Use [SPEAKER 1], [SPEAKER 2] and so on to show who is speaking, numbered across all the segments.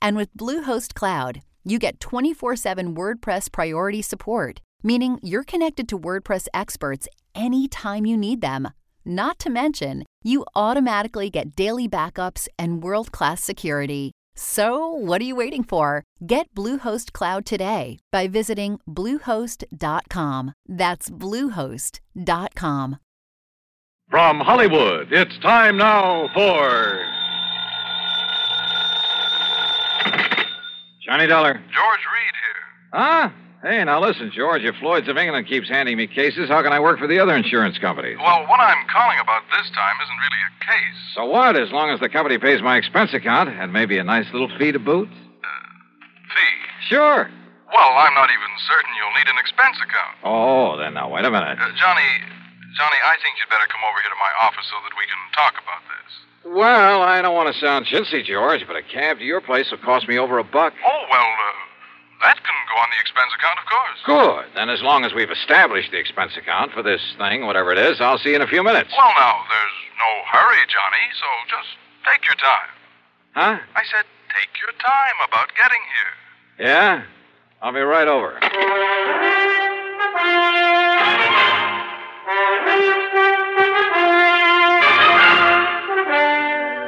[SPEAKER 1] And with Bluehost Cloud, you get 24 7 WordPress priority support, meaning you're connected to WordPress experts anytime you need them. Not to mention, you automatically get daily backups and world class security. So, what are you waiting for? Get Bluehost Cloud today by visiting Bluehost.com. That's Bluehost.com.
[SPEAKER 2] From Hollywood, it's time now for. Johnny Dollar.
[SPEAKER 3] George Reed here.
[SPEAKER 2] Huh? Hey, now listen, George, if Floyd's of England keeps handing me cases, how can I work for the other insurance companies?
[SPEAKER 3] Well, what I'm calling about this time isn't really a case.
[SPEAKER 2] So what, as long as the company pays my expense account and maybe a nice little fee to boot?
[SPEAKER 3] Uh, Fee.
[SPEAKER 2] Sure.
[SPEAKER 3] Well, I'm not even certain you'll need an expense account.
[SPEAKER 2] Oh, then now, wait a minute.
[SPEAKER 3] Uh, Johnny, Johnny, I think you'd better come over here to my office so that we can talk about this.
[SPEAKER 2] Well, I don't want to sound chintzy, George, but a cab to your place will cost me over a buck.
[SPEAKER 3] Oh, well, uh, that can go on the expense account, of course.
[SPEAKER 2] Good. Then as long as we've established the expense account for this thing, whatever it is, I'll see you in a few minutes.
[SPEAKER 3] Well, now, there's no hurry, Johnny, so just take your time.
[SPEAKER 2] Huh?
[SPEAKER 3] I said, take your time about getting here.
[SPEAKER 2] Yeah? I'll be right over.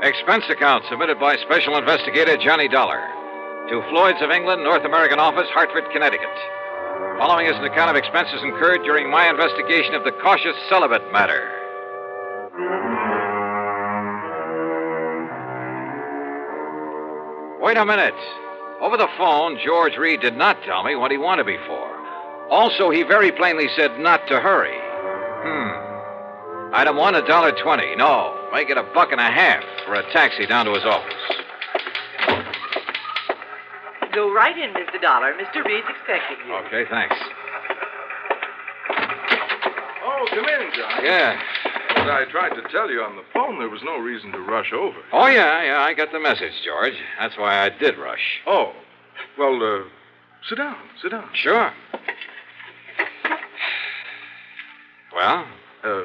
[SPEAKER 2] Expense account submitted by Special Investigator Johnny Dollar to Floyd's of England, North American Office, Hartford, Connecticut. Following is an account of expenses incurred during my investigation of the cautious celibate matter. Wait a minute. Over the phone, George Reed did not tell me what he wanted me for. Also, he very plainly said not to hurry. Hmm. Item one, a dollar twenty. No, make it a buck and a half for a taxi down to his office.
[SPEAKER 4] Go right in, Mr. Dollar. Mr. Reed's expecting you.
[SPEAKER 2] Okay, thanks.
[SPEAKER 3] Oh, come in, Johnny.
[SPEAKER 2] Yeah.
[SPEAKER 3] I tried to tell you on the phone there was no reason to rush over.
[SPEAKER 2] Oh, yeah, yeah, I got the message, George. That's why I did rush.
[SPEAKER 3] Oh. Well, uh, sit down, sit down.
[SPEAKER 2] Sure. Well,
[SPEAKER 3] Uh,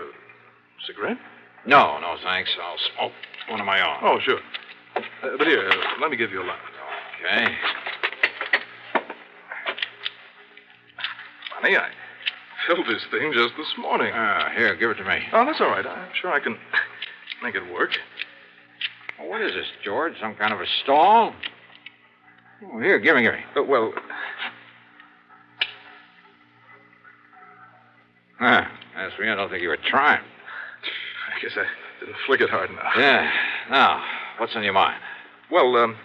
[SPEAKER 3] cigarette?
[SPEAKER 2] no, no, thanks. I'll smoke one of my own.
[SPEAKER 3] Oh, sure. Uh, but here, uh, let me give you a light.
[SPEAKER 2] Okay.
[SPEAKER 3] Funny, I filled this thing just this morning.
[SPEAKER 2] Uh, here, give it to me.
[SPEAKER 3] oh, that's all right. I'm sure I can make it work.
[SPEAKER 2] Oh, what is this, George? Some kind of a stall? Oh, here, give me, give me.
[SPEAKER 3] Uh, well,
[SPEAKER 2] Huh. As for you, Ah, I don't think you were trying.
[SPEAKER 3] I guess I didn't flick it hard enough.
[SPEAKER 2] Yeah. Now, what's on your mind?
[SPEAKER 3] Well, um,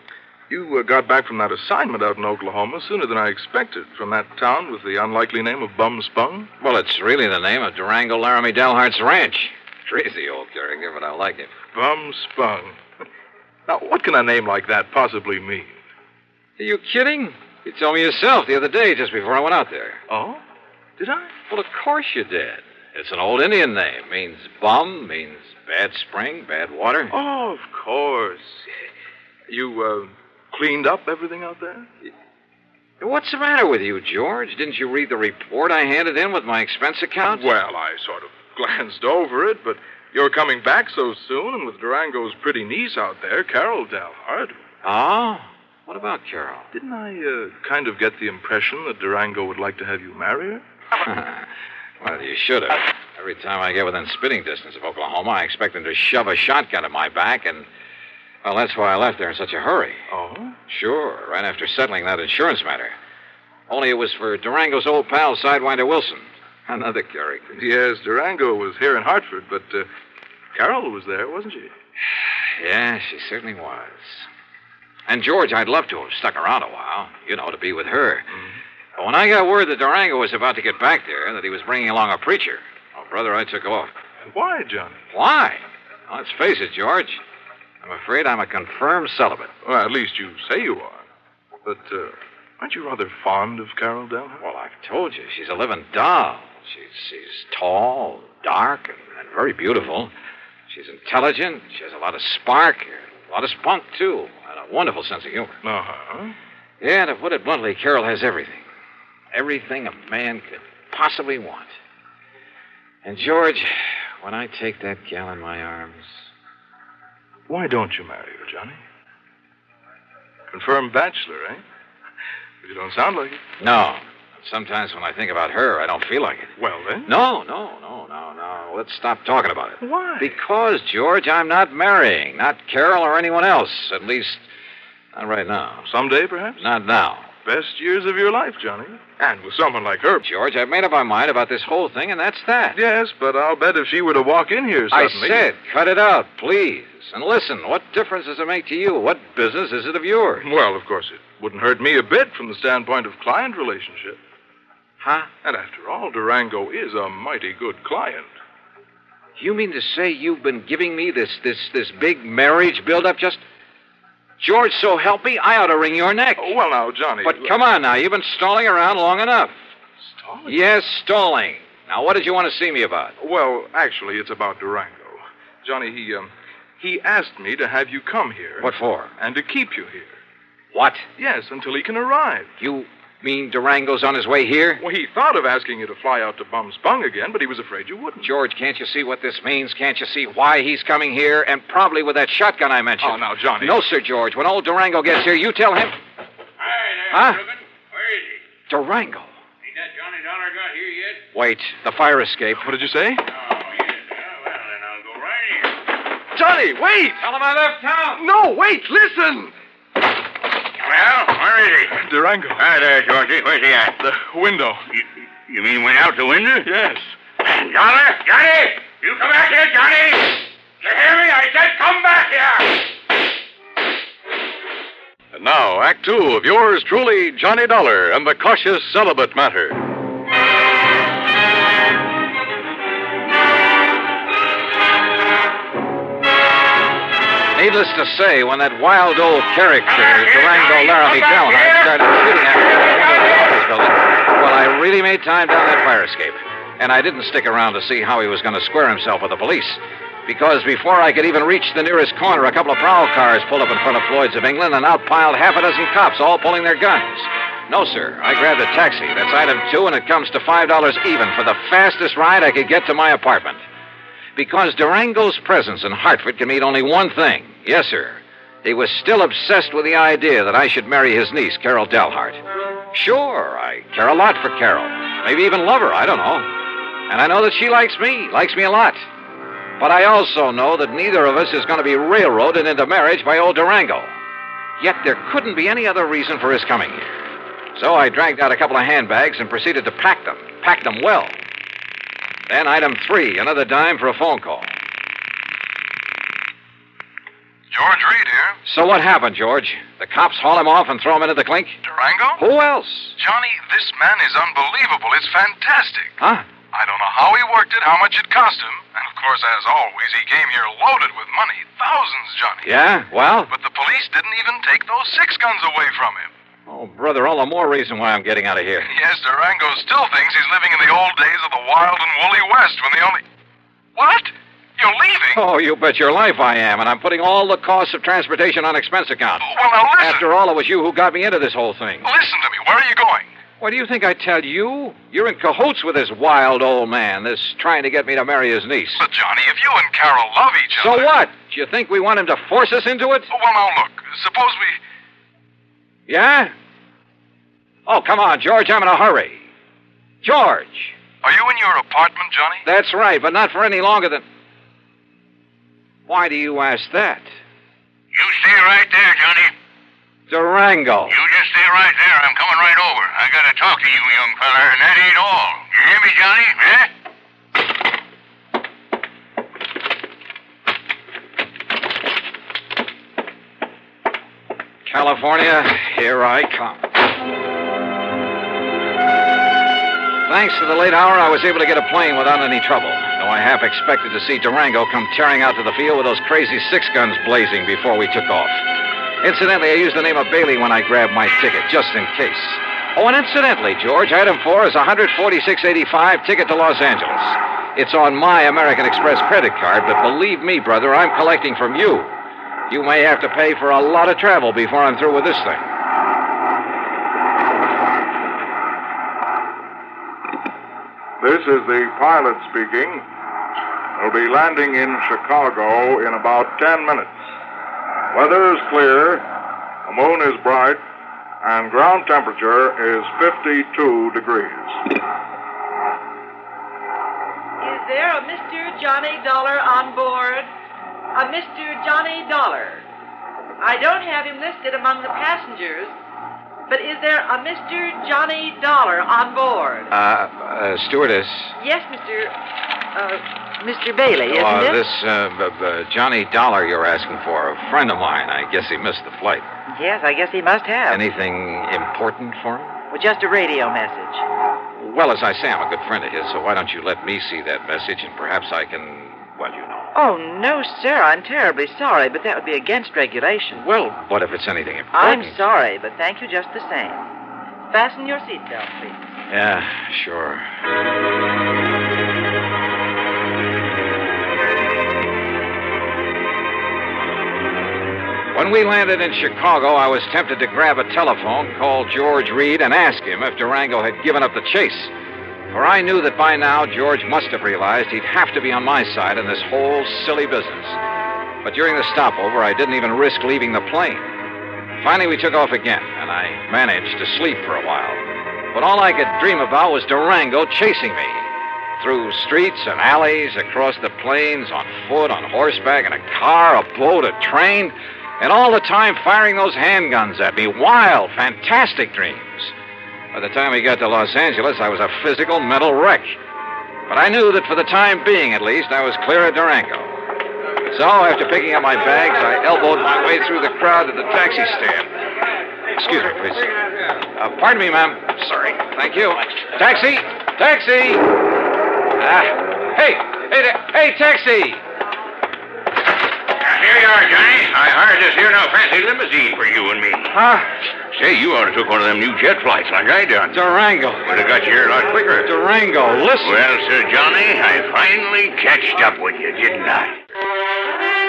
[SPEAKER 3] you uh, got back from that assignment out in Oklahoma sooner than I expected from that town with the unlikely name of Bum Spung.
[SPEAKER 2] Well, it's really the name of Durango Laramie Dalhart's Ranch. Crazy old character, but I like him.
[SPEAKER 3] Bum Spung. Now, what can a name like that possibly mean?
[SPEAKER 2] Are you kidding? You told me yourself the other day, just before I went out there.
[SPEAKER 3] Oh? Did I?
[SPEAKER 2] Well, of course you did. It's an old Indian name. Means bum, means bad spring, bad water.
[SPEAKER 3] Oh, of course. You, uh, cleaned up everything out there?
[SPEAKER 2] What's the matter with you, George? Didn't you read the report I handed in with my expense account?
[SPEAKER 3] Well, I sort of glanced over it, but you're coming back so soon, and with Durango's pretty niece out there, Carol Dalhart.
[SPEAKER 2] Oh? What about Carol?
[SPEAKER 3] Didn't I uh, kind of get the impression that Durango would like to have you marry her?
[SPEAKER 2] well, you should have. Every time I get within spitting distance of Oklahoma, I expect them to shove a shotgun at my back, and. Well, that's why I left there in such a hurry.
[SPEAKER 3] Oh?
[SPEAKER 2] Sure, right after settling that insurance matter. Only it was for Durango's old pal, Sidewinder Wilson. Another character.
[SPEAKER 3] Yes, Durango was here in Hartford, but uh, Carol was there, wasn't she?
[SPEAKER 2] Yeah, she certainly was. And George, I'd love to have stuck around a while, you know, to be with her.
[SPEAKER 3] Mm-hmm.
[SPEAKER 2] But when I got word that Durango was about to get back there, and that he was bringing along a preacher, oh, brother, I took off.
[SPEAKER 3] Why, Johnny?
[SPEAKER 2] Why? Let's face it, George. I'm afraid I'm a confirmed celibate.
[SPEAKER 3] Well, at least you say you are. But uh, aren't you rather fond of Carol Dalhart?
[SPEAKER 2] Well, I've told you, she's a living doll. She's, she's tall, dark, and, and very beautiful. She's intelligent. She has a lot of spark, a lot of spunk, too, and a wonderful sense of humor.
[SPEAKER 3] Uh huh.
[SPEAKER 2] Yeah, to put it bluntly, Carol has everything. Everything a man could possibly want. And, George, when I take that gal in my arms,
[SPEAKER 3] Why don't you marry her, Johnny? Confirmed bachelor, eh? But you don't sound like it.
[SPEAKER 2] no. Sometimes when I think about her, I don't feel like it.
[SPEAKER 3] Well, then.
[SPEAKER 2] No, no, no, no, no. Let's stop talking about it.
[SPEAKER 3] Why?
[SPEAKER 2] Because, George, I'm not marrying. Not Carol or anyone else. At least, not right now.
[SPEAKER 3] Someday, perhaps?
[SPEAKER 2] Not now.
[SPEAKER 3] Best years of your life, Johnny. And with someone like her.
[SPEAKER 2] George, I've made up my mind about this whole thing, and that's that.
[SPEAKER 3] Yes, but I'll bet if she were to walk in here
[SPEAKER 2] I
[SPEAKER 3] suddenly.
[SPEAKER 2] said, cut it out, please. And listen, what difference does it make to you? What business is it of yours?
[SPEAKER 3] Well, of course, it wouldn't hurt me a bit from the standpoint of client relationship.
[SPEAKER 2] Huh?
[SPEAKER 3] And after all, Durango is a mighty good client.
[SPEAKER 2] You mean to say you've been giving me this this this big marriage buildup just George, so help me, I ought to wring your neck.
[SPEAKER 3] Oh, well, now, Johnny.
[SPEAKER 2] But come on now, you've been stalling around long enough.
[SPEAKER 3] Stalling?
[SPEAKER 2] Yes, stalling. Now, what did you want to see me about?
[SPEAKER 3] Well, Oh, actually, it's about Durango. Johnny, he, um, he asked me to have you come here.
[SPEAKER 2] What for?
[SPEAKER 3] And to keep you here.
[SPEAKER 2] What?
[SPEAKER 3] Yes, until he can arrive.
[SPEAKER 2] You mean Durango's on his way here?
[SPEAKER 3] Well, he thought of asking you to fly out to Bum Spung again, but he was afraid you wouldn't.
[SPEAKER 2] George, can't you see what this means? Can't you see why he's coming here? And probably with that shotgun I mentioned.
[SPEAKER 3] Oh, now, Johnny.
[SPEAKER 2] No, sir, George. When old Durango gets here, you tell him.
[SPEAKER 5] Hi there,
[SPEAKER 2] Huh?
[SPEAKER 5] Reuben. Where is he?
[SPEAKER 2] Durango.
[SPEAKER 5] Ain't that Johnny Dollar got here yet?
[SPEAKER 2] Wait, the fire escape.
[SPEAKER 3] What did you say?
[SPEAKER 5] Oh, yes. Oh, well, then I'll go right in.
[SPEAKER 3] Johnny, wait!
[SPEAKER 2] Tell him I left town.
[SPEAKER 3] No, wait, listen!
[SPEAKER 5] Well, where is he?
[SPEAKER 3] Durango.
[SPEAKER 5] Hi there, Georgie. Where's he at?
[SPEAKER 3] The window.
[SPEAKER 5] You, you mean went out the window?
[SPEAKER 3] Yes.
[SPEAKER 5] Dollar? Johnny! You come back here, Johnny! You hear me? I said come back here!
[SPEAKER 6] And now, Act Two of yours truly, Johnny Dollar and the Cautious Celibate Matter.
[SPEAKER 2] Needless to say, when that wild old character,
[SPEAKER 5] Come back here,
[SPEAKER 2] Durango
[SPEAKER 5] Johnny.
[SPEAKER 2] Laramie
[SPEAKER 5] Come back
[SPEAKER 2] Delano,
[SPEAKER 5] here.
[SPEAKER 2] started shooting at me from the
[SPEAKER 5] Come
[SPEAKER 2] window of the
[SPEAKER 5] back
[SPEAKER 2] office building, well, I really made time down that fire escape. And I didn't stick around to see how he was going to square himself with the police. Because before I could even reach the nearest corner, a couple of prowl cars pulled up in front of Floyd's of England and out piled half a dozen cops, all pulling their guns. No, sir. I grabbed a taxi. That's item two, and it comes to $5 even for the fastest ride I could get to my apartment. Because Durango's presence in Hartford can mean only one thing. Yes, sir. He was still obsessed with the idea that I should marry his niece, Carol Dalhart. Sure, I care a lot for Carol. Maybe even love her, I don't know. And I know that she likes me, likes me a lot. But I also know that neither of us is going to be railroaded into marriage by old Durango. Yet there couldn't be any other reason for his coming here. So I dragged out a couple of handbags and proceeded to pack them, pack them well. Then item three, another dime for a phone call.
[SPEAKER 6] George Reed here.
[SPEAKER 2] So what happened, George? The cops haul him off and throw him into the clink?
[SPEAKER 6] Durango?
[SPEAKER 2] Who else?
[SPEAKER 6] Johnny, this man is unbelievable. It's fantastic.
[SPEAKER 2] Huh?
[SPEAKER 6] I don't know how he worked it, how much it cost him. And of course, as always, he came here loaded with money. Thousands, Johnny.
[SPEAKER 2] Yeah? Well?
[SPEAKER 6] But the police didn't even take those six guns away from him.
[SPEAKER 2] Oh, brother, all the more reason why I'm getting out of here.
[SPEAKER 6] Yes, Durango still thinks he's living in the old days of the wild and woolly West when the only. What?
[SPEAKER 5] You're leaving?
[SPEAKER 2] Oh, you bet your life I am, and I'm putting all the costs of transportation on expense account.
[SPEAKER 5] Well, now listen.
[SPEAKER 2] After all, it was you who got me into this whole thing.
[SPEAKER 5] Listen to me. Where are you going?
[SPEAKER 2] What do you think I tell you? You're in cahoots with this wild old man, this trying to get me to marry his niece.
[SPEAKER 5] But, Johnny, if you and Carol love each
[SPEAKER 2] So
[SPEAKER 5] other.
[SPEAKER 2] what? Do you think we want him to force us into it?
[SPEAKER 5] Oh, Well, now look. Suppose we.
[SPEAKER 2] Yeah? Oh, come on, George, I'm in a hurry. George!
[SPEAKER 5] Are you in your apartment, Johnny?
[SPEAKER 2] That's right, but not for any longer than. Why do you ask that?
[SPEAKER 5] You stay right there, Johnny.
[SPEAKER 2] Durango.
[SPEAKER 5] You just stay right there. I'm coming right over. I gotta talk to you, young fella, and that ain't all. You hear me, Johnny? Eh?
[SPEAKER 2] California, here I come. Thanks to the late hour, I was able to get a plane without any trouble, though I half expected to see Durango come tearing out to the field with those crazy six guns blazing before we took off. Incidentally, I used the name of Bailey when I grabbed my ticket, just in case. Oh, and incidentally, George, item four is 146.85 ticket to Los Angeles. It's on my American Express credit card, but believe me, brother, I'm collecting from you. You may have to pay for a lot of travel before I'm through with this thing.
[SPEAKER 3] This is the pilot speaking. We'll be landing in Chicago in about 10 minutes. Weather is clear, the moon is bright, and ground temperature is 52 degrees.
[SPEAKER 4] Is there a Mr. Johnny Dollar on board? A Mr. Johnny Dollar. I don't have him listed among the passengers, but is there a Mr. Johnny Dollar on board?
[SPEAKER 2] Uh, uh stewardess.
[SPEAKER 4] yes, Mr. Uh, Mr. Bailey, isn't
[SPEAKER 2] uh,
[SPEAKER 4] it?
[SPEAKER 2] this uh, b- b- Johnny Dollar you're asking for, a friend of mine. I guess he missed the flight.
[SPEAKER 4] Yes, I guess he must have.
[SPEAKER 2] Anything important for him?
[SPEAKER 4] Well, just a radio message.
[SPEAKER 2] Well, as I say, I'm a good friend of his, so why don't you let me see that message and perhaps I can, well, you know.
[SPEAKER 4] Oh, no, sir. I'm terribly sorry, but that would be against regulation.
[SPEAKER 2] Well, what if it's anything important?
[SPEAKER 4] I'm sorry, but thank you just the same. Fasten your seatbelt, please.
[SPEAKER 2] Yeah, sure. When we landed in Chicago, I was tempted to grab a telephone, call George Reed, and ask him if Durango had given up the chase. For I knew that by now George must have realized he'd have to be on my side in this whole silly business. But during the stopover, I didn't even risk leaving the plane. Finally, we took off again, and I managed to sleep for a while. But all I could dream about was Durango chasing me. Through streets and alleys, across the plains, on foot, on horseback, in a car, a boat, a train, and all the time firing those handguns at me. Wild, fantastic dreams. By the time we got to Los Angeles, I was a physical, mental wreck. But I knew that for the time being, at least, I was clear of Durango. So, after picking up my bags, I elbowed my way through the crowd to the taxi stand. Excuse me, please. Uh, pardon me, ma'am. Sorry. Thank you. Taxi! Taxi! Ah. Hey! Hey, ta- hey, taxi!
[SPEAKER 5] Uh, Here you are, Johnny. I hired this here now fancy limousine for you and me.
[SPEAKER 2] Huh?
[SPEAKER 5] Say, you ought to took one of them new jet flights like I done. Would
[SPEAKER 2] Durango.
[SPEAKER 5] have got you here a lot quicker.
[SPEAKER 2] Durango, listen.
[SPEAKER 5] Well, Sir Johnny, I finally catched up with you, didn't I?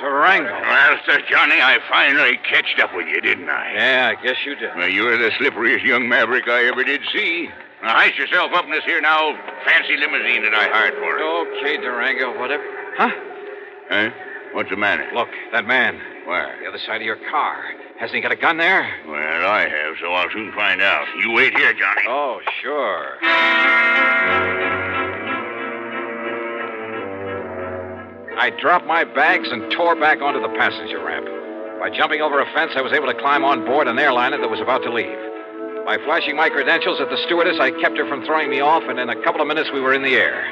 [SPEAKER 2] Durango.
[SPEAKER 5] Well, Sir Johnny, I finally catched up with you, didn't I?
[SPEAKER 2] Yeah, I guess you did.
[SPEAKER 5] Well, you were the slipperiest young maverick I ever did see. Now, hide yourself up in this here now fancy limousine that I hired for. you.
[SPEAKER 2] Okay, Durango, whatever. Huh?
[SPEAKER 5] Huh? What's the matter?
[SPEAKER 2] Look, that man. The
[SPEAKER 5] Where?
[SPEAKER 2] other side of your car. Hasn't he got a gun there?
[SPEAKER 5] Well, I have, so I'll soon find out. You wait here, Johnny.
[SPEAKER 2] Oh, sure. I dropped my bags and tore back onto the passenger ramp. By jumping over a fence, I was able to climb on board an airliner that was about to leave. By flashing my credentials at the stewardess, I kept her from throwing me off, and in a couple of minutes, we were in the air.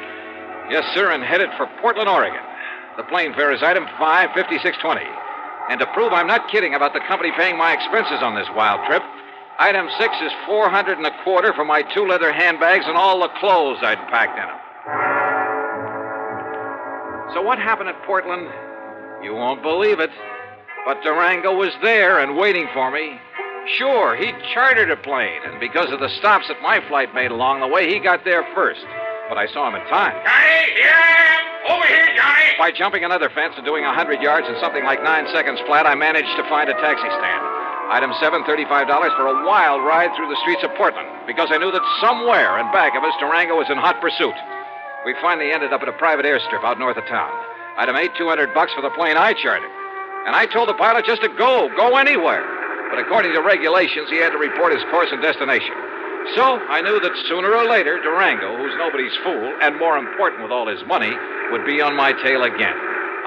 [SPEAKER 2] Yes, sir, and headed for Portland, Oregon. The plane fare is item 55620. And to prove I'm not kidding about the company paying my expenses on this wild trip, item 6 is 400 and a quarter for my two leather handbags and all the clothes I'd packed in them. So what happened at Portland? You won't believe it. But Durango was there and waiting for me. Sure, he chartered a plane, and because of the stops that my flight made along the way, he got there first. But I saw him in time.
[SPEAKER 5] Johnny, here I am. Over here, Johnny.
[SPEAKER 2] By jumping another fence and doing a 100 yards in something like nine seconds flat, I managed to find a taxi stand. Item seven, thirty-five dollars for a wild ride through the streets of Portland, because I knew that somewhere in back of us, Durango was in hot pursuit. We finally ended up at a private airstrip out north of town. Item eight, 200 bucks for the plane I chartered. And I told the pilot just to go, go anywhere. But according to regulations, he had to report his course and destination. So I knew that sooner or later, Durango, who's nobody's fool, and more important with all his money, would be on my tail again.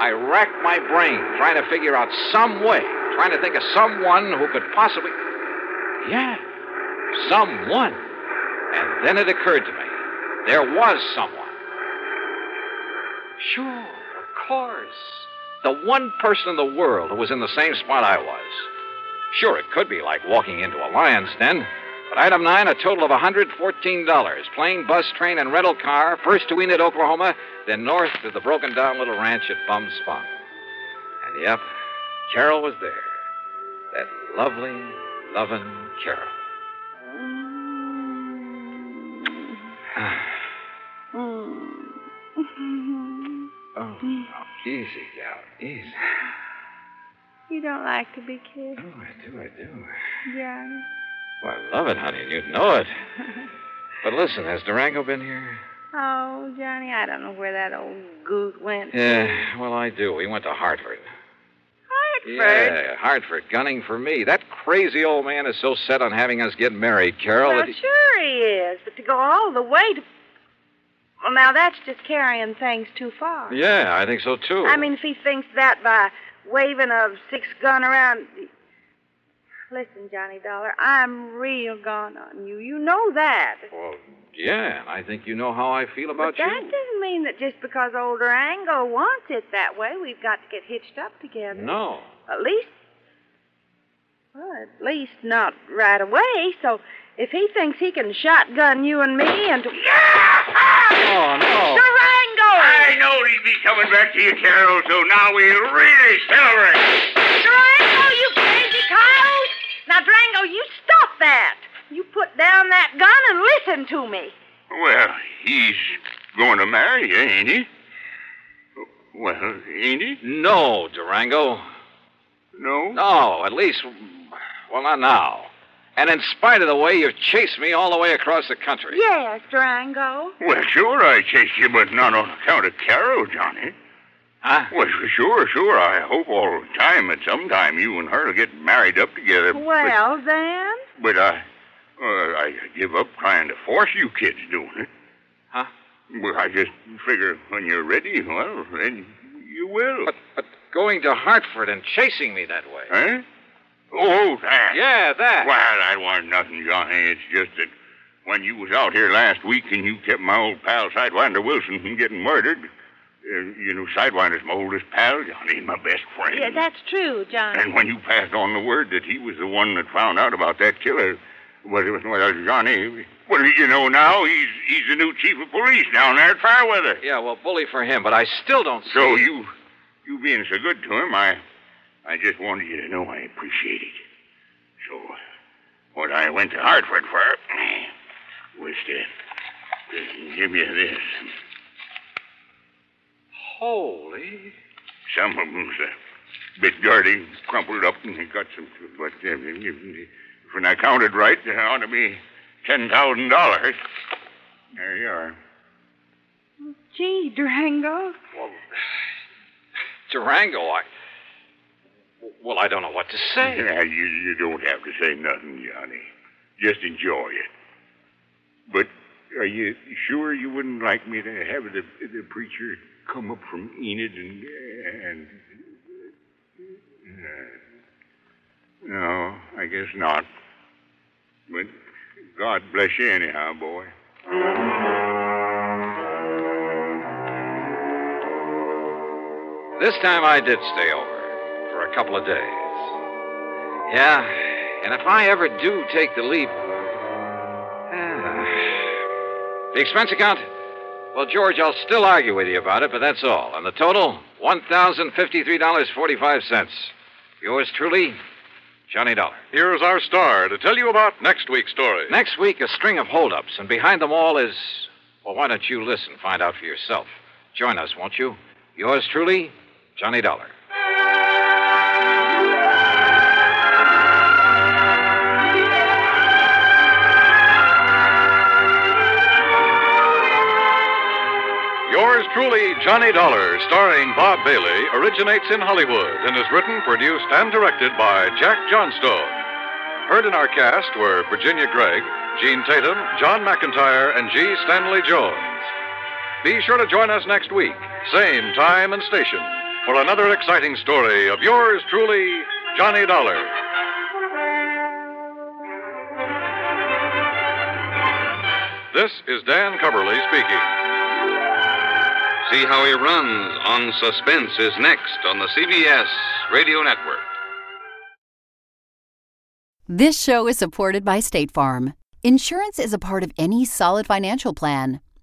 [SPEAKER 2] I racked my brain trying to figure out some way, trying to think of someone who could possibly. Yeah, someone. And then it occurred to me there was someone. Sure, of course. The one person in the world who was in the same spot I was. Sure, it could be like walking into a lion's den, but item nine, a total of $114. Plane, bus, train, and rental car, first to Enid, Oklahoma, then north to the broken down little ranch at Bum Spot. And yep, Carol was there. That lovely, lovin' Carol. Oh, easy, gal, easy.
[SPEAKER 7] You don't like to be
[SPEAKER 2] Oh,
[SPEAKER 7] kissed,
[SPEAKER 2] I do, I do.
[SPEAKER 7] Johnny.
[SPEAKER 2] Well, I love it, honey, and you know it. But listen, has Durango been here?
[SPEAKER 7] Oh, Johnny, I don't know where that old goot went.
[SPEAKER 2] Yeah, well, I do. He went to Hartford.
[SPEAKER 7] Hartford.
[SPEAKER 2] Yeah, Hartford, gunning for me. That crazy old man is so set on having us get married, Carol.
[SPEAKER 7] well,
[SPEAKER 2] that he-
[SPEAKER 7] sure he is, but to go all the way to. Well, now that's just carrying things too far.
[SPEAKER 2] Yeah, I think so, too.
[SPEAKER 7] I mean, if he thinks that by waving a six gun around. Listen, Johnny Dollar, I'm real gone on you. You know that.
[SPEAKER 2] Well, yeah, and I think you know how I feel
[SPEAKER 7] But
[SPEAKER 2] about
[SPEAKER 7] that
[SPEAKER 2] you.
[SPEAKER 7] doesn't mean that just because old Durango wants it that way, we've got to get hitched up together.
[SPEAKER 2] No.
[SPEAKER 7] At least. Well, at least not right away. So if he thinks he can shotgun you and me into.
[SPEAKER 2] Oh, no.
[SPEAKER 7] Durango!
[SPEAKER 5] I know he'd be coming back to you, Carol, so now we really celebrate.
[SPEAKER 7] Durango, you crazy coyote! Now, Durango, you stop that! You put down that gun and listen to me.
[SPEAKER 5] Well, he's going to marry you, ain't he? Well, ain't he?
[SPEAKER 2] No, Durango.
[SPEAKER 5] No.
[SPEAKER 2] No, at least, well, not now. And in spite of the way you've chased me all the way across the country.
[SPEAKER 7] Yes, Durango.
[SPEAKER 5] Well, sure, I chased you, but not on account of Carol, Johnny.
[SPEAKER 2] Huh?
[SPEAKER 5] Well, sure, sure. I hope all the time that sometime you and her will get married up together. but-
[SPEAKER 7] Well, then.
[SPEAKER 5] But, I, uh, I give up trying to force you kids doing it.
[SPEAKER 2] Huh?
[SPEAKER 5] Well, I just figure when you're ready, well, then you will.
[SPEAKER 2] But, but going to Hartford and chasing me that way.
[SPEAKER 5] Huh? Oh, that.
[SPEAKER 2] Yeah, that.
[SPEAKER 5] Well, that wasn't nothing, Johnny. It's just that when you was out here last week and you kept my old pal Sidewinder Wilson from getting murdered, uh, you know, Sidewinder's my oldest pal, Johnny, he's my best friend.
[SPEAKER 7] Yeah, that's true, Johnny.
[SPEAKER 5] And when you passed on the word that he was the one that found out about that killer, well, it was- well Johnny, well, you know now, he's, he's the new chief of police down there at Fairweather.
[SPEAKER 2] Yeah, well, bully for him, but I still don't see.
[SPEAKER 5] So you, you being so good to him, I, I just wanted you to know I appreciate it. So, what I went to Hartford for was to, to give you this.
[SPEAKER 2] Holy.
[SPEAKER 5] Some of them's a bit dirty, crumpled up, and they got some. But uh, when I counted right, there ought to be ten thousand dollars. There you are.
[SPEAKER 7] Gee, Durango.
[SPEAKER 2] Well, Durango, I. Well, I don't know what to say.
[SPEAKER 5] Yeah, you, you don't have to say nothing, Johnny. Just enjoy it. But are you sure you wouldn't like me to have the, the preacher come up from Enid and. and uh, no, I guess not. But God bless you, anyhow, boy.
[SPEAKER 2] This time I did stay over for a couple of days. Yeah, and if I ever do take the leap. uh, Ah. the expense account? Well, George, I'll still argue with you about it, but that's all. And the total? $1,053.45. Yours truly, Johnny Dollar.
[SPEAKER 6] Here's our star to tell you about next week's story.
[SPEAKER 2] Next week, a string of holdups, and behind them all is. Well, why don't you listen? Find out for yourself. Join us, won't you? Yours truly, Johnny Dollar.
[SPEAKER 6] Yours truly, Johnny Dollar, starring Bob Bailey, originates in Hollywood and is written, produced, and directed by Jack Johnstone. Heard in our cast were Virginia Gregg, Gene Tatum, John McIntyre, and G. Stanley Jones. Be sure to join us next week, same time and station, for another exciting story of yours truly, Johnny Dollar. This is Dan Coverly speaking.
[SPEAKER 8] See how he runs on Suspense is next on the CBS Radio Network.
[SPEAKER 1] This show is supported by State Farm. Insurance is a part of any solid financial plan.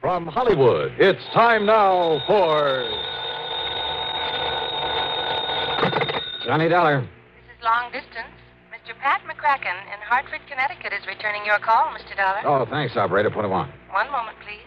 [SPEAKER 6] From Hollywood, it's time now for.
[SPEAKER 9] Johnny Dollar.
[SPEAKER 10] This is long distance. Mr. Pat McCracken in Hartford, Connecticut is returning your call, Mr. Dollar.
[SPEAKER 9] Oh, thanks, operator. Put him on.
[SPEAKER 10] One moment, please.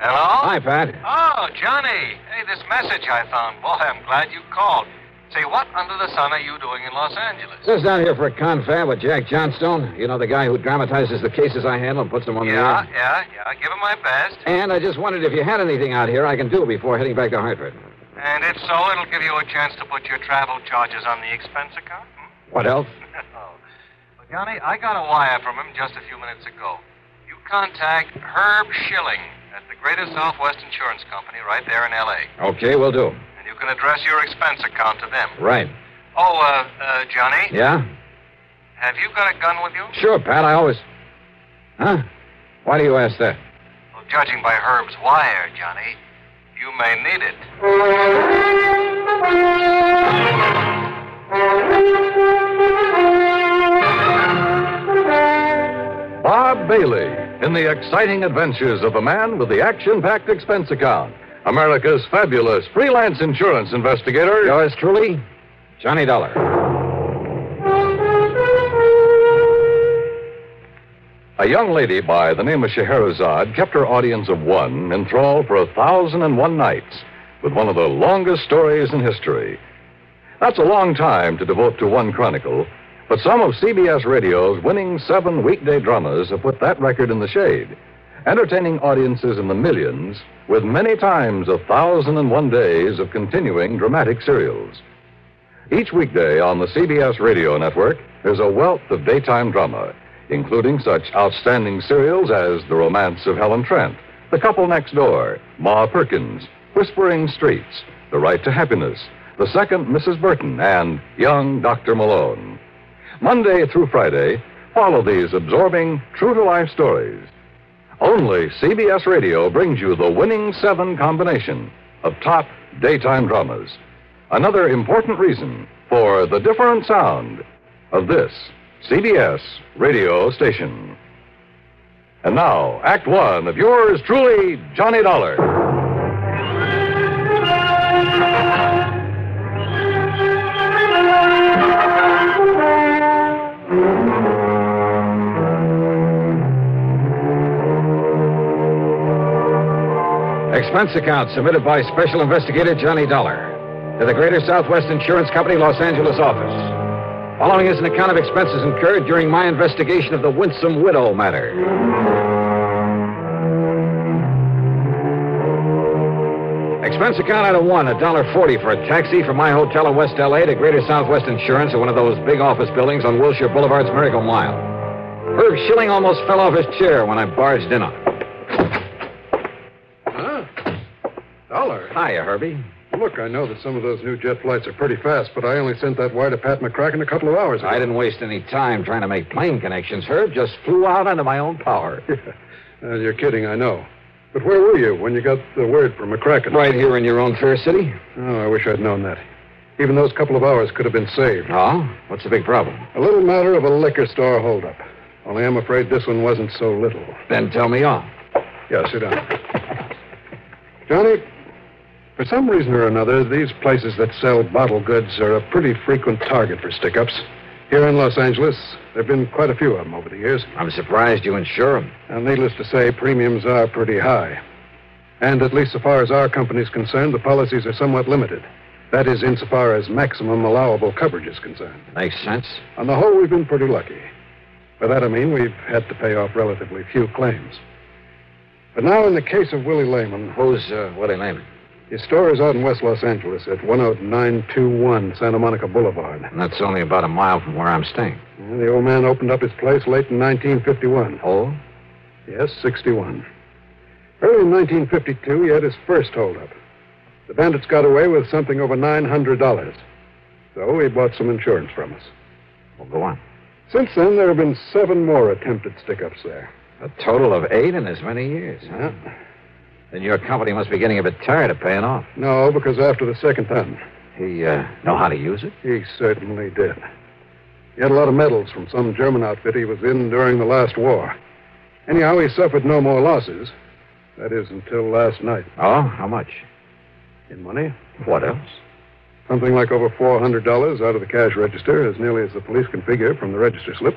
[SPEAKER 11] Hello?
[SPEAKER 9] Hi, Pat.
[SPEAKER 11] Oh, Johnny. Hey, this message I found. Boy, I'm glad you called. Say, what under the sun are you doing in Los Angeles?
[SPEAKER 9] Just down here for a confab with Jack Johnstone. You know, the guy who dramatizes the cases I handle and puts them on
[SPEAKER 11] yeah,
[SPEAKER 9] the air.
[SPEAKER 11] yeah, yeah. Give him my best.
[SPEAKER 9] And I just wondered if you had anything out here I can do before heading back to Hartford.
[SPEAKER 11] And if so, it'll give you a chance to put your travel charges on the expense account. Hmm?
[SPEAKER 9] What else?
[SPEAKER 11] Oh. Well, Johnny, I got a wire from him just a few minutes ago. You contact Herb Schilling at the Greater Southwest Insurance Company right there in L.A.,
[SPEAKER 9] Okay, we'll do.
[SPEAKER 11] and you can address your expense account to them.
[SPEAKER 9] Right.
[SPEAKER 11] Oh, uh, uh, Johnny,
[SPEAKER 9] Yeah?
[SPEAKER 11] have you got a gun with you?
[SPEAKER 9] Sure, Pat. I always. Huh? Why do you ask that?
[SPEAKER 11] Well, judging by Herb's wire, Johnny, you may need it.
[SPEAKER 6] Bob Bailey in the exciting adventures of the man with the action packed expense account. America's fabulous freelance insurance investigator.
[SPEAKER 9] Yours truly, Johnny Dollar.
[SPEAKER 6] A young lady by the name of Scheherazade kept her audience of one enthralled for a thousand and one nights with one of the longest stories in history. That's a long time to devote to one chronicle, but some of CBS Radio's winning seven weekday dramas have put that record in the shade, entertaining audiences in the millions with many times a thousand and one days of continuing dramatic serials. Each weekday on the CBS Radio Network, there's a wealth of daytime drama, including such outstanding serials as The Romance of Helen Trent, The Couple Next Door, Ma Perkins, Whispering Streets, The Right to Happiness, The Second Mrs. Burton, and Young Dr. Malone. Monday through Friday, follow these absorbing, true to life stories. Only CBS Radio brings you the winning seven combination of top daytime dramas. Another important reason for the different sound of this CBS radio station. And now, Act One of yours truly, Johnny Dollar.
[SPEAKER 9] Expense account submitted by Special Investigator Johnny Dollar to the Greater Southwest Insurance Company, Los Angeles office. Following is an account of expenses incurred during my investigation of the Winsome Widow matter.
[SPEAKER 2] Expense account item one, a dollar forty for a taxi from my hotel in West LA to Greater Southwest Insurance at one of those big office buildings on Wilshire Boulevard's Miracle Mile. Herb Schilling almost fell off his chair when I barged in on him.
[SPEAKER 12] Huh? Dollar?
[SPEAKER 2] Hiya, Herbie.
[SPEAKER 12] Look, I know that some of those new jet flights are pretty fast, but I only sent that wire to Pat McCracken a couple of hours ago.
[SPEAKER 2] I didn't waste any time trying to make plane connections, Herb. Just flew out under my own power.
[SPEAKER 12] Uh, you're kidding, I know. But where were you when you got the word from McCracken?
[SPEAKER 2] Right here in your own fair city.
[SPEAKER 12] Oh, I wish I'd known that. Even those couple of hours could have been saved.
[SPEAKER 2] Oh? What's the big problem?
[SPEAKER 12] A little matter of a liquor store holdup. Only I'm afraid this one wasn't so little.
[SPEAKER 2] Then tell me on.
[SPEAKER 12] Yeah, sit down. Johnny, for some reason or another, these places that sell bottle goods are a pretty frequent target for stick ups. Here in Los Angeles, there have been quite a few of them over the years.
[SPEAKER 2] I'm surprised you insure 'em.
[SPEAKER 12] And needless to say, premiums are pretty high. And at least so far as our company's concerned, the policies are somewhat limited. That is, insofar as maximum allowable coverage is concerned.
[SPEAKER 2] Makes sense.
[SPEAKER 12] On the whole, we've been pretty lucky. By that I mean we've had to pay off relatively few claims. But now, in the case of Willie Lehman.
[SPEAKER 2] Who's uh, Willie Lehman?
[SPEAKER 12] His store is out in West Los Angeles at 10921 Santa Monica Boulevard.
[SPEAKER 2] And that's only about a mile from where I'm staying.
[SPEAKER 12] And the old man opened up his place late in 1951.
[SPEAKER 2] Oh?
[SPEAKER 12] Yes, 61. Early in 1952, he had his first holdup. The bandits got away with something over $900. So he bought some insurance from us.
[SPEAKER 2] Well, go on.
[SPEAKER 12] Since then, there have been seven more attempted stick ups there.
[SPEAKER 2] A total of eight in as many years, huh?
[SPEAKER 12] Yeah.
[SPEAKER 2] Then your company must be getting a bit tired of paying off.
[SPEAKER 12] No, because after the second time,
[SPEAKER 2] He uh, know how to use it?
[SPEAKER 12] he certainly did. He had a lot of medals from some German outfit he was in during the last war. Anyhow, he suffered no more losses. That is, until last night.
[SPEAKER 2] Oh, how much?
[SPEAKER 12] In money?
[SPEAKER 2] What else?
[SPEAKER 12] Something like over $400 out of the cash register, as nearly as the police can figure from the register slip.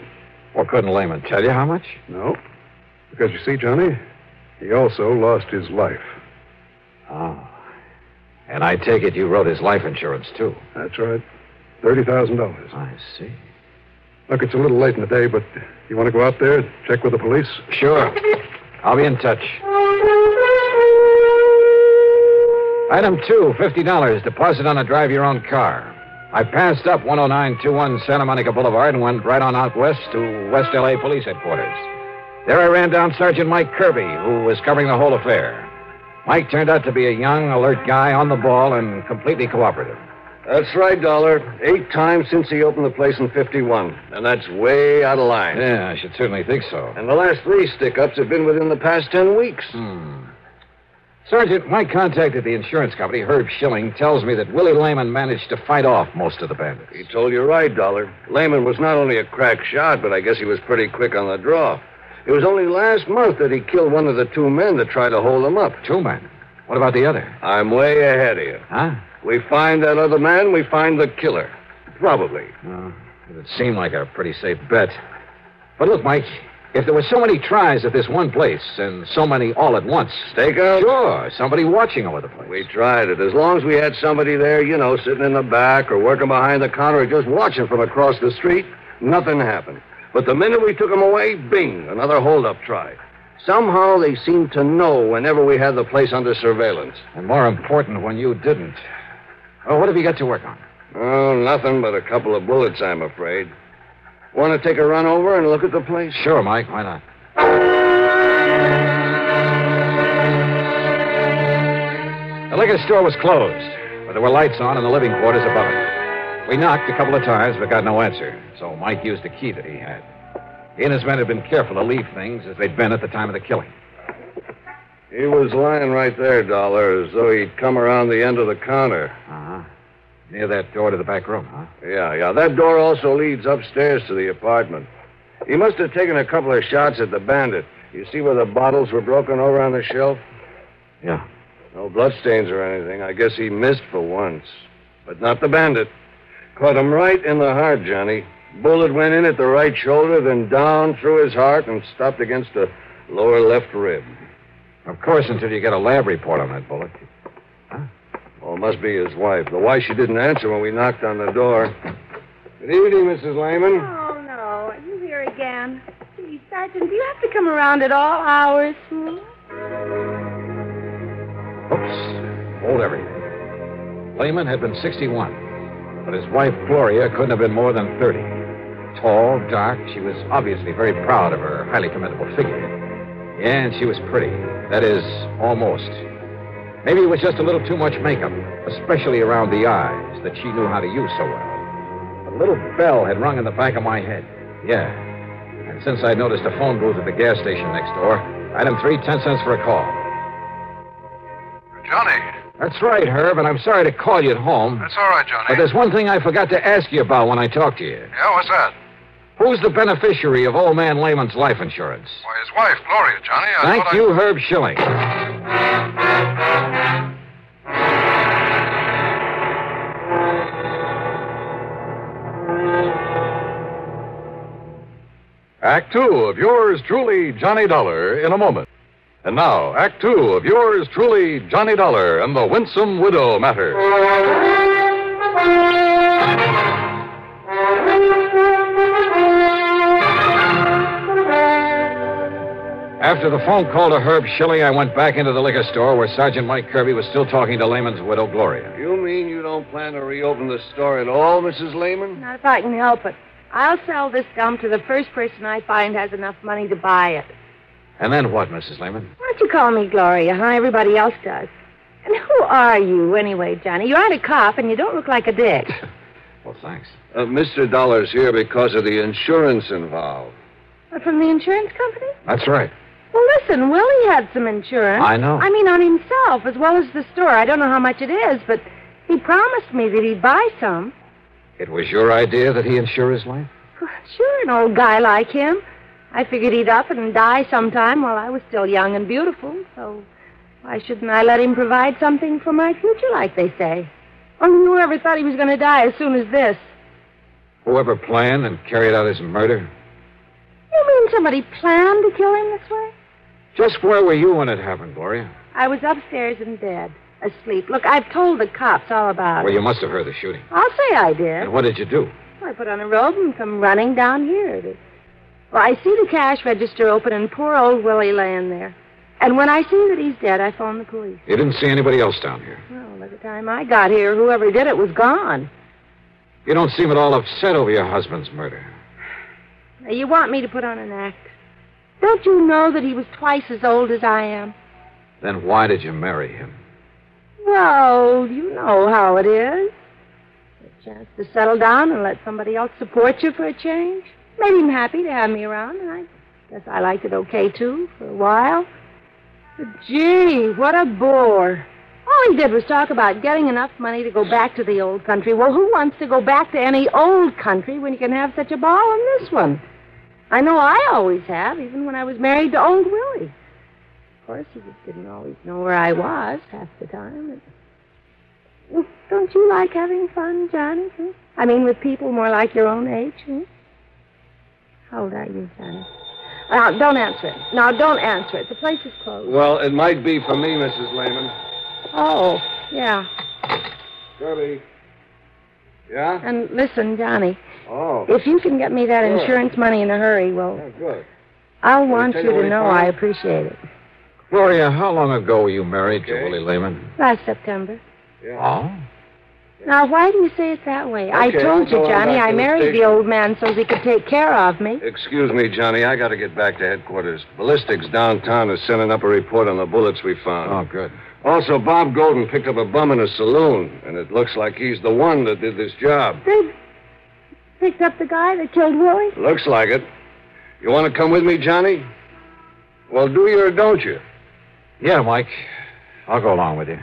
[SPEAKER 2] Well, couldn't Lehman tell you how much?
[SPEAKER 12] No. Because you see, Johnny, he also lost his life.
[SPEAKER 2] Oh. And I take it you wrote his life insurance, too.
[SPEAKER 12] That's right. $30,000.
[SPEAKER 2] I see.
[SPEAKER 12] Look, it's a little late in the day, but you want to go out there and check with the police?
[SPEAKER 2] Sure. I'll be in touch. Item two, $50, deposit on a drive your own car. I passed up 10921 Santa Monica Boulevard and went right on out west to West LA Police Headquarters. There I ran down Sergeant Mike Kirby, who was covering the whole affair. Mike turned out to be a young, alert guy on the ball and completely cooperative.
[SPEAKER 13] That's right, Dollar. Eight times since he opened the place in 51. And that's way out of line.
[SPEAKER 2] Yeah, I should certainly think so.
[SPEAKER 13] And the last three stick ups have been within the past ten weeks.
[SPEAKER 2] Hmm. Sergeant, my contact at the insurance company, Herb Schilling, tells me that Willie Lehman managed to fight off most of the bandits.
[SPEAKER 13] He told you right, Dollar. Lehman was not only a crack shot, but I guess he was pretty quick on the draw. It was only last month that he killed one of the two men that tried to hold him up.
[SPEAKER 2] Two men? What about the other?
[SPEAKER 13] I'm way ahead of you.
[SPEAKER 2] Huh?
[SPEAKER 13] We find that other man, we find the killer. Probably.
[SPEAKER 2] Uh, it seemed like a pretty safe bet. But look, Mike, if there were so many tries at this one place and so many all at once,
[SPEAKER 13] Stakeout?
[SPEAKER 2] sure, somebody watching over the place.
[SPEAKER 13] We tried it. As long as we had somebody there, you know, sitting in the back or working behind the counter or just watching from across the street, nothing happened. But the minute we took 'em away, bing, another holdup try. Somehow they seemed to know whenever we had the place under surveillance.
[SPEAKER 2] And more important, when you didn't. Well, what have you got to work on?
[SPEAKER 13] Oh, nothing but a couple of bullets, I'm afraid. Want to take a run over and look at the place?
[SPEAKER 2] Sure, Mike, why not? The liquor store was closed, but there were lights on in the living quarters above it. We knocked a couple of times, but got no answer, so Mike used the key that he had. He and his men had been careful to leave things as they'd been at the time of the killing.
[SPEAKER 13] He was lying right there, Dollar, as though he'd come around the end of the counter.
[SPEAKER 2] Uh huh. Near that door to the back room, huh?
[SPEAKER 13] Uh-huh. Yeah, yeah. That door also leads upstairs to the apartment. He must have taken a couple of shots at the bandit. You see where the bottles were broken over on the shelf?
[SPEAKER 2] Yeah.
[SPEAKER 13] No bloodstains or anything. I guess he missed for once. But not the bandit. Caught him right in the heart, Johnny. Bullet went in at the right shoulder, then down through his heart and stopped against the lower left rib.
[SPEAKER 2] Of course, until you get a lab report on that bullet.
[SPEAKER 13] Oh, it must be his wife. The wife she didn't answer when we knocked on the door. Good evening, Mrs. Lehman.
[SPEAKER 7] Oh, no. Are you here again? Gee, Sergeant, do you have to come around at all hours? Hmm?
[SPEAKER 2] Oops. Hold everything. Lehman had been 61, but his wife, Gloria, couldn't have been more than 30. Tall, dark, she was obviously very proud of her highly commendable figure. Yeah, and she was pretty. That is, almost. Maybe it was just a little too much makeup, especially around the eyes, that she knew how to use so well. A little bell had rung in the back of my head. Yeah. And since I noticed a phone booth at the gas station next door, I'd him three ten cents for a call.
[SPEAKER 12] Johnny.
[SPEAKER 2] That's right, Herb, and I'm sorry to call you at home.
[SPEAKER 12] That's all right, Johnny.
[SPEAKER 2] But there's one thing I forgot to ask you about when I talked to you.
[SPEAKER 12] Yeah, what's that?
[SPEAKER 2] Who's the beneficiary of old man Lehman's life insurance?
[SPEAKER 12] Why, his wife, Gloria, Johnny. I
[SPEAKER 2] Thank
[SPEAKER 12] thought I-
[SPEAKER 2] you, Herb Schilling.
[SPEAKER 6] Act Two of yours truly, Johnny Dollar, in a moment. And now, Act Two of yours truly, Johnny Dollar and the Winsome Widow Matter.
[SPEAKER 2] After the phone call to Herb Schilling, I went back into the liquor store where Sergeant Mike Kirby was still talking to Lehman's widow, Gloria.
[SPEAKER 13] You mean you don't plan to reopen the store at all, Mrs. Lehman?
[SPEAKER 7] Not if I can help it. I'll sell this gum to the first person I find has enough money to buy it.
[SPEAKER 2] And then what, Mrs. Lehman?
[SPEAKER 7] Why don't you call me Gloria, huh? Everybody else does. And who are you, anyway, Johnny? You aren't a cop, and you don't look like a dick.
[SPEAKER 2] Well, thanks.
[SPEAKER 13] Uh, Mr. Dollar's here because of the insurance involved.
[SPEAKER 7] But From the insurance company?
[SPEAKER 2] That's right.
[SPEAKER 7] Well, listen, Willie had some insurance.
[SPEAKER 2] I know.
[SPEAKER 7] I mean, on himself as well as the store. I don't know how much it is, but he promised me that he'd buy some.
[SPEAKER 2] It was your idea that he insure his life?
[SPEAKER 7] Sure, an old guy like him. I figured he'd up and die sometime while I was still young and beautiful, so why shouldn't I let him provide something for my future, like they say? Only who ever thought he was going to die as soon as this?
[SPEAKER 2] Whoever planned and carried out his murder?
[SPEAKER 7] You mean somebody planned to kill him this way?
[SPEAKER 2] Just where were you when it happened, Gloria?
[SPEAKER 7] I was upstairs in bed, asleep. Look, I've told the cops all about
[SPEAKER 2] Well,
[SPEAKER 7] it.
[SPEAKER 2] you must have heard the shooting.
[SPEAKER 7] I'll say I did.
[SPEAKER 2] And what did you do?
[SPEAKER 7] I put on a robe and come running down here. To... Well, I see the cash register open and poor old Willie laying there. And when I see that he's dead, I phone the police.
[SPEAKER 2] You didn't see anybody else down here.
[SPEAKER 7] Well, by the time I got here, whoever did it was gone.
[SPEAKER 2] You don't seem at all upset over your husband's murder.
[SPEAKER 7] Now, you want me to put on an act? Don't you know that he was twice as old as I am?
[SPEAKER 2] Then why did you marry him?
[SPEAKER 7] Well, you know how it is. A chance to settle down and let somebody else support you for a change. Made him happy to have me around, and I guess I liked it okay, too, for a while. But gee, what a bore. All he did was talk about getting enough money to go back to the old country. Well, who wants to go back to any old country when you can have such a ball in this one? I know I always have, even when I was married to old Willie. Of course, he just didn't always know where I was half the time. But... Don't you like having fun, Johnny? Hmm? I mean, with people more like your own age, hmm? How old are you, Johnny? Now, don't answer it. Now, don't answer it. The place is closed.
[SPEAKER 13] Well, it might be for me, Mrs. Lehman.
[SPEAKER 7] Oh, yeah.
[SPEAKER 13] Kirby. Yeah?
[SPEAKER 7] And listen, Johnny,
[SPEAKER 13] Oh.
[SPEAKER 7] if you can get me that
[SPEAKER 13] Sure.
[SPEAKER 7] insurance money in a hurry, well,
[SPEAKER 13] Yeah, good.
[SPEAKER 7] I'll want
[SPEAKER 2] tell
[SPEAKER 7] you
[SPEAKER 2] you what
[SPEAKER 7] to
[SPEAKER 2] I
[SPEAKER 7] know
[SPEAKER 2] found?
[SPEAKER 7] I appreciate it.
[SPEAKER 2] Gloria, how long ago were you married to Willie Lehman?
[SPEAKER 7] Last September.
[SPEAKER 2] Oh?
[SPEAKER 7] Now, why do you say it that way? I
[SPEAKER 13] Okay,
[SPEAKER 7] told
[SPEAKER 13] I'll
[SPEAKER 7] you,
[SPEAKER 13] go on
[SPEAKER 7] Johnny,
[SPEAKER 13] back
[SPEAKER 7] I
[SPEAKER 13] to the
[SPEAKER 7] married the
[SPEAKER 13] station.
[SPEAKER 7] old man so he could take care of me.
[SPEAKER 13] Excuse me, Johnny. I got to get back to headquarters. Ballistics downtown is sending up a report on the bullets we found.
[SPEAKER 2] Oh, good.
[SPEAKER 13] Also, Bob Golden picked up a bum in a saloon, and it looks like he's the one that did this job.
[SPEAKER 7] They picked up the guy that killed Willie?
[SPEAKER 13] Looks like it. You want to come with me, Johnny? Well, do you or don't you?
[SPEAKER 2] Yeah, Mike. I'll go along with you.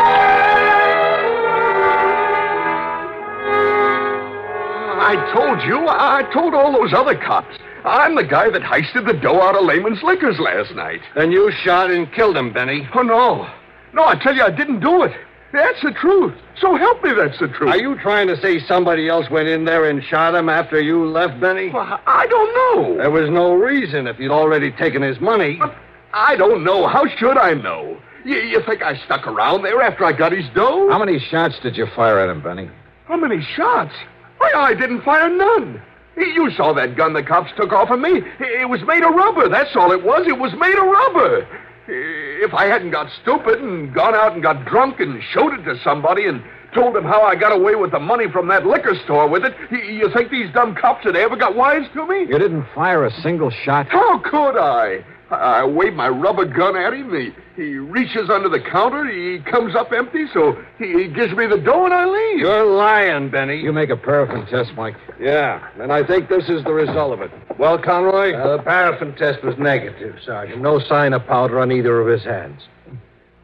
[SPEAKER 14] Mm, I told you. I I told all those other cops. I'm the guy that heisted the dough out of Lehman's Liquors last night.
[SPEAKER 13] Then you shot and killed him, Benny.
[SPEAKER 14] Oh, no. No, I tell you, I didn't do it. That's the truth. So help me, that's the truth.
[SPEAKER 13] Are you trying to say somebody else went in there and shot him after you left, Benny?
[SPEAKER 14] I don't know.
[SPEAKER 13] There was no reason if you'd already taken his money.
[SPEAKER 14] I don't know. How should I know? You, you think I stuck around there after I got his dough?
[SPEAKER 2] How many shots did you fire at him, Benny?
[SPEAKER 14] How many shots? Why, I didn't fire none. You saw that gun the cops took off of me. It was made of rubber. That's all it was. It was made of rubber. if I hadn't got stupid and gone out and got drunk and showed it to somebody and told them how I got away with the money from that liquor store with it, y- you think these dumb cops had ever got wise to me?
[SPEAKER 2] You didn't fire a single shot.
[SPEAKER 14] How could I? I I wave my rubber gun at him. He, he reaches under the counter. He comes up empty, so he, he gives me the dough and I leave.
[SPEAKER 13] You're lying, Benny. You
[SPEAKER 2] make a paraffin test, Mike.
[SPEAKER 13] Yeah, and I think this is the result of it. Well, Conroy?
[SPEAKER 15] Uh, the paraffin test was negative, Sergeant. No sign of powder on either of his hands.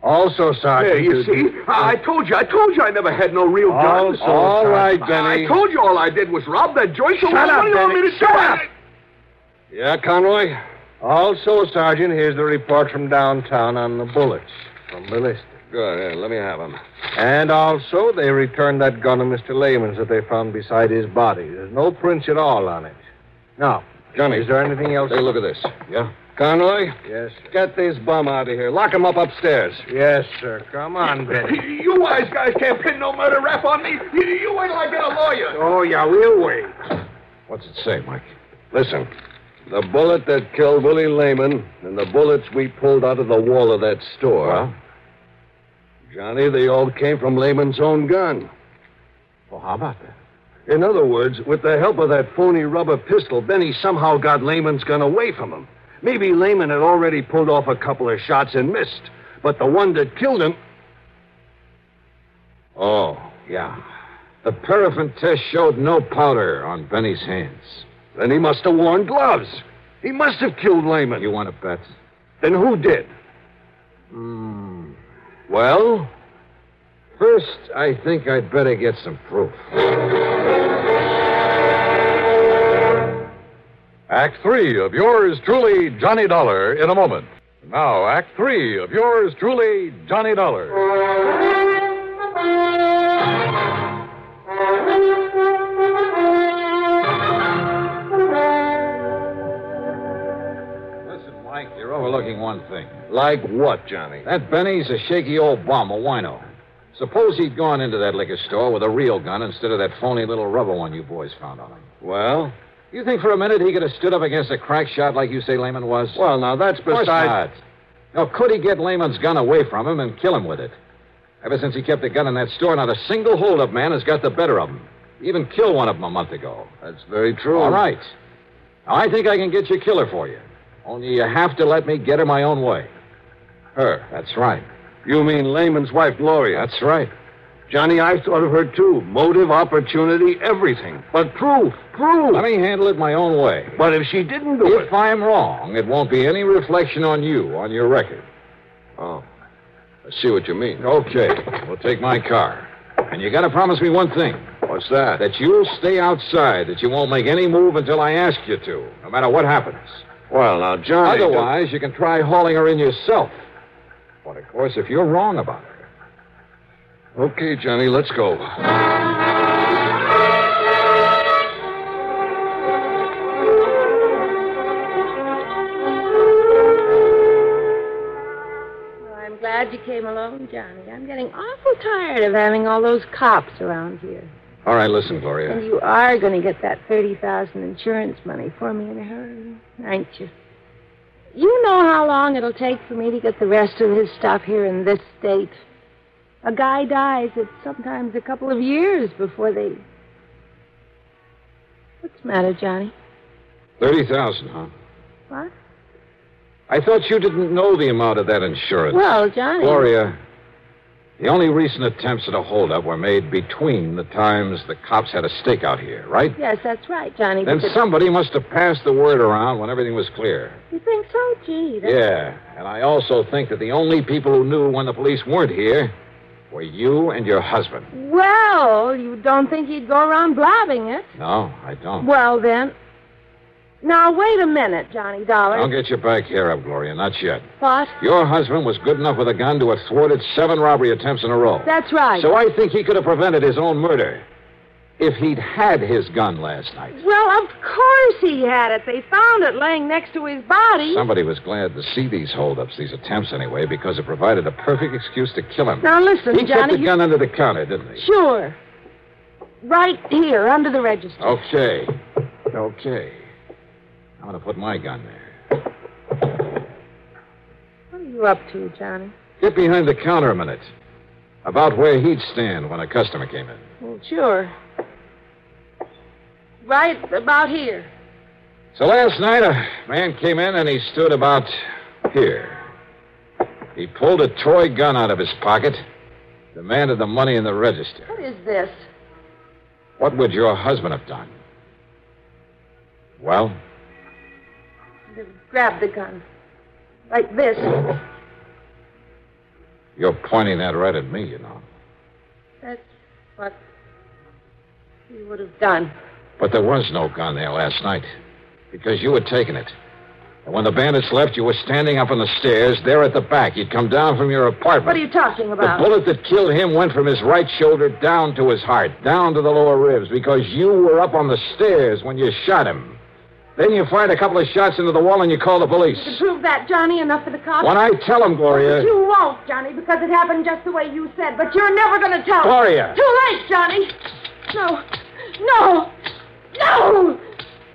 [SPEAKER 15] Also, Sergeant.
[SPEAKER 14] There, you
[SPEAKER 15] you-
[SPEAKER 14] see? I I told you. I told you I never had no real
[SPEAKER 15] All-
[SPEAKER 14] gun. So
[SPEAKER 15] all right,
[SPEAKER 14] I
[SPEAKER 13] Benny.
[SPEAKER 14] told you all I did was rob that joint. So
[SPEAKER 13] Shut
[SPEAKER 14] what
[SPEAKER 13] up,
[SPEAKER 14] do you want
[SPEAKER 13] Benny.
[SPEAKER 14] me to
[SPEAKER 13] Shut
[SPEAKER 14] do?
[SPEAKER 13] up.
[SPEAKER 15] Yeah, Conroy? Also, Sergeant, here's the report from downtown on the bullets from the list.
[SPEAKER 13] Good. Here, let me have him.
[SPEAKER 15] And also, they returned that gun to Mr. Lehman's that they found beside his body. There's no prints at all on it. Now,
[SPEAKER 13] Johnny.
[SPEAKER 15] Is there anything else?
[SPEAKER 13] Take a look at this.
[SPEAKER 15] Yeah.
[SPEAKER 13] Conroy?
[SPEAKER 15] Yes.
[SPEAKER 13] Get this bum out of here. Lock him up upstairs.
[SPEAKER 15] Yes, sir. Come on, Betty.
[SPEAKER 14] You wise guys can't pin no murder rap on me. You, you wait till I get a lawyer.
[SPEAKER 15] Oh, yeah, we'll wait.
[SPEAKER 13] What's it say, Mike? Listen. The bullet that killed Willie Lehman and the bullets we pulled out of the wall of that store. Johnny, they all came from Lehman's own gun.
[SPEAKER 2] Well, how about that?
[SPEAKER 13] In other words, with the help of that phony rubber pistol, Benny somehow got Lehman's gun away from him. Maybe Lehman had already pulled off a couple of shots and missed, but the one that killed him.
[SPEAKER 2] Oh, yeah. The paraffin test showed no powder on Benny's hands.
[SPEAKER 13] Then he must have worn gloves. He must have killed Lehman.
[SPEAKER 2] You want to bet?
[SPEAKER 13] Then who did?
[SPEAKER 2] Hmm.
[SPEAKER 13] Well?
[SPEAKER 2] First, I think I'd better get some proof.
[SPEAKER 6] Act three of yours truly, Johnny Dollar, in a moment. Now, Act three of yours truly, Johnny Dollar.
[SPEAKER 2] Listen, Mike, you're overlooking one thing.
[SPEAKER 13] Like what, Johnny?
[SPEAKER 2] That Benny's a shaky old bum, a wino. Suppose he'd gone into that liquor store with a real gun instead of that phony little rubber one you boys found on him.
[SPEAKER 13] Well?
[SPEAKER 2] You think for a minute he could have stood up against a crack shot like you say Lehman was?
[SPEAKER 13] Well, now that's
[SPEAKER 2] Of course
[SPEAKER 13] besides.
[SPEAKER 2] not. Now, could he get Lehman's gun away from him and kill him with it? Ever since he kept the gun in that store, not a single holdup man has got the better of him. He even killed one of them a month ago.
[SPEAKER 13] That's very true.
[SPEAKER 2] All right. Now, I think I can get your killer for you. Only you have to let me get her my own way. Her. That's right.
[SPEAKER 13] You mean Lehman's wife, Gloria?
[SPEAKER 2] That's right.
[SPEAKER 13] Johnny, I thought of her too. Motive, opportunity, everything. But proof, proof.
[SPEAKER 2] Let me handle it my own way.
[SPEAKER 13] But if she didn't do
[SPEAKER 2] If I'm wrong, it won't be any reflection on you, on your record.
[SPEAKER 13] Oh. I see what you mean.
[SPEAKER 2] Okay. We'll take my car. And you gotta promise me one thing.
[SPEAKER 13] What's that?
[SPEAKER 2] That you'll stay outside, that you won't make any move until I ask you to, no matter what happens.
[SPEAKER 13] Well, now, Johnny. don't-
[SPEAKER 2] Otherwise, you can try hauling her in yourself. But of course, if you're wrong about her.
[SPEAKER 13] Okay, Johnny, let's go.
[SPEAKER 7] Well, I'm glad you came along, Johnny. I'm getting awful tired of having all those cops around here.
[SPEAKER 2] All right, listen,
[SPEAKER 7] And
[SPEAKER 2] Gloria.
[SPEAKER 7] you are going to get that 30000 insurance money for me in a hurry, aren't you? You know how long it'll take for me to get the rest of his stuff here in this state. A guy dies, it's sometimes a couple of years before they. What's the matter, Johnny?
[SPEAKER 2] 30000 huh?
[SPEAKER 7] What?
[SPEAKER 2] I thought you didn't know the amount of that insurance.
[SPEAKER 7] Well, Johnny.
[SPEAKER 2] Gloria, the only recent attempts at a holdup were made between the times the cops had a stakeout here, right?
[SPEAKER 7] Yes, that's right, Johnny.
[SPEAKER 2] Then
[SPEAKER 7] but the-
[SPEAKER 2] somebody must have passed the word around when everything was clear.
[SPEAKER 7] You think so? Gee, that's
[SPEAKER 2] Yeah, and I also think that the only people who knew when the police weren't here were you and your husband.
[SPEAKER 7] Well, you don't think he'd go around blabbing it?
[SPEAKER 2] No, I don't.
[SPEAKER 7] Well, then. Now, wait a minute, Johnny Dollar.
[SPEAKER 2] Don't get your back hair up, Gloria. Not yet.
[SPEAKER 7] What?
[SPEAKER 2] Your husband was good enough with a gun to have thwarted seven robbery attempts in a row.
[SPEAKER 7] That's right.
[SPEAKER 2] So I think he could have prevented his own murder if he'd had his gun last night.
[SPEAKER 7] Well, of course he had it. They found it laying next to his body.
[SPEAKER 2] Somebody was glad to see these holdups, these attempts anyway, because it provided a perfect excuse to kill him.
[SPEAKER 7] Now, listen,
[SPEAKER 2] he
[SPEAKER 7] Johnny.
[SPEAKER 2] kept the
[SPEAKER 7] you-
[SPEAKER 2] gun under the counter, didn't he?
[SPEAKER 7] Sure. Right here, under the register.
[SPEAKER 2] Oh. Okay. Okay. I'm going to put my gun there.
[SPEAKER 7] What are you you up to, Johnny?
[SPEAKER 2] Get behind the counter a minute. About where he'd stand when a customer came in.
[SPEAKER 7] Well, sure. Right about here.
[SPEAKER 2] So last night, a man came in and he stood about here. He pulled a toy gun out of his pocket, demanded the money in the register.
[SPEAKER 7] What is this?
[SPEAKER 2] What would your husband have done? Well,
[SPEAKER 7] Grab the gun. Like this.
[SPEAKER 2] you're pointing that right at me, you know.
[SPEAKER 7] That's what he would have done.
[SPEAKER 2] But there was no gun there last night because you had taken it. And when the bandits left, you were standing up on the stairs there at the back. You'd come down from your apartment.
[SPEAKER 7] What are you talking
[SPEAKER 2] The
[SPEAKER 7] about?
[SPEAKER 2] bullet that killed him went from his right shoulder down to his heart, down to the lower ribs, because you were up on the stairs when you shot him. Then you fired a couple of shots into the wall and you call the police.
[SPEAKER 7] You prove that, Johnny, enough for the cops?
[SPEAKER 2] When I tell them, Gloria.
[SPEAKER 7] But you won't, Johnny, because it happened just the way you said. But you're never going to tell.
[SPEAKER 2] Gloria.
[SPEAKER 7] Too late, Johnny. No. No. No.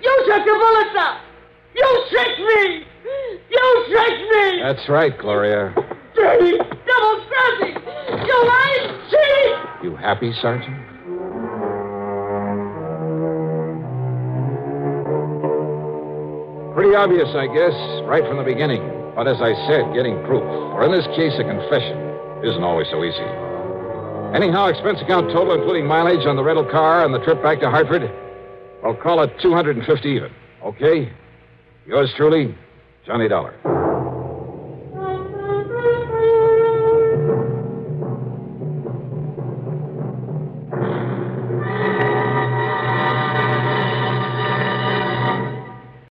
[SPEAKER 7] You took the bullets up. You tricked me. You tricked me.
[SPEAKER 2] That's right, Gloria.
[SPEAKER 7] Dirty. Double crossing. You lied, cheated.
[SPEAKER 2] You happy, Sergeant? Pretty obvious, I guess, right from the beginning. But as I said, getting proof, or in this case, a confession, isn't always so easy. Anyhow, expense account total, including mileage on the rental car and the trip back to Hartford, well, call it 250 even, okay? Yours truly, Johnny Dollar.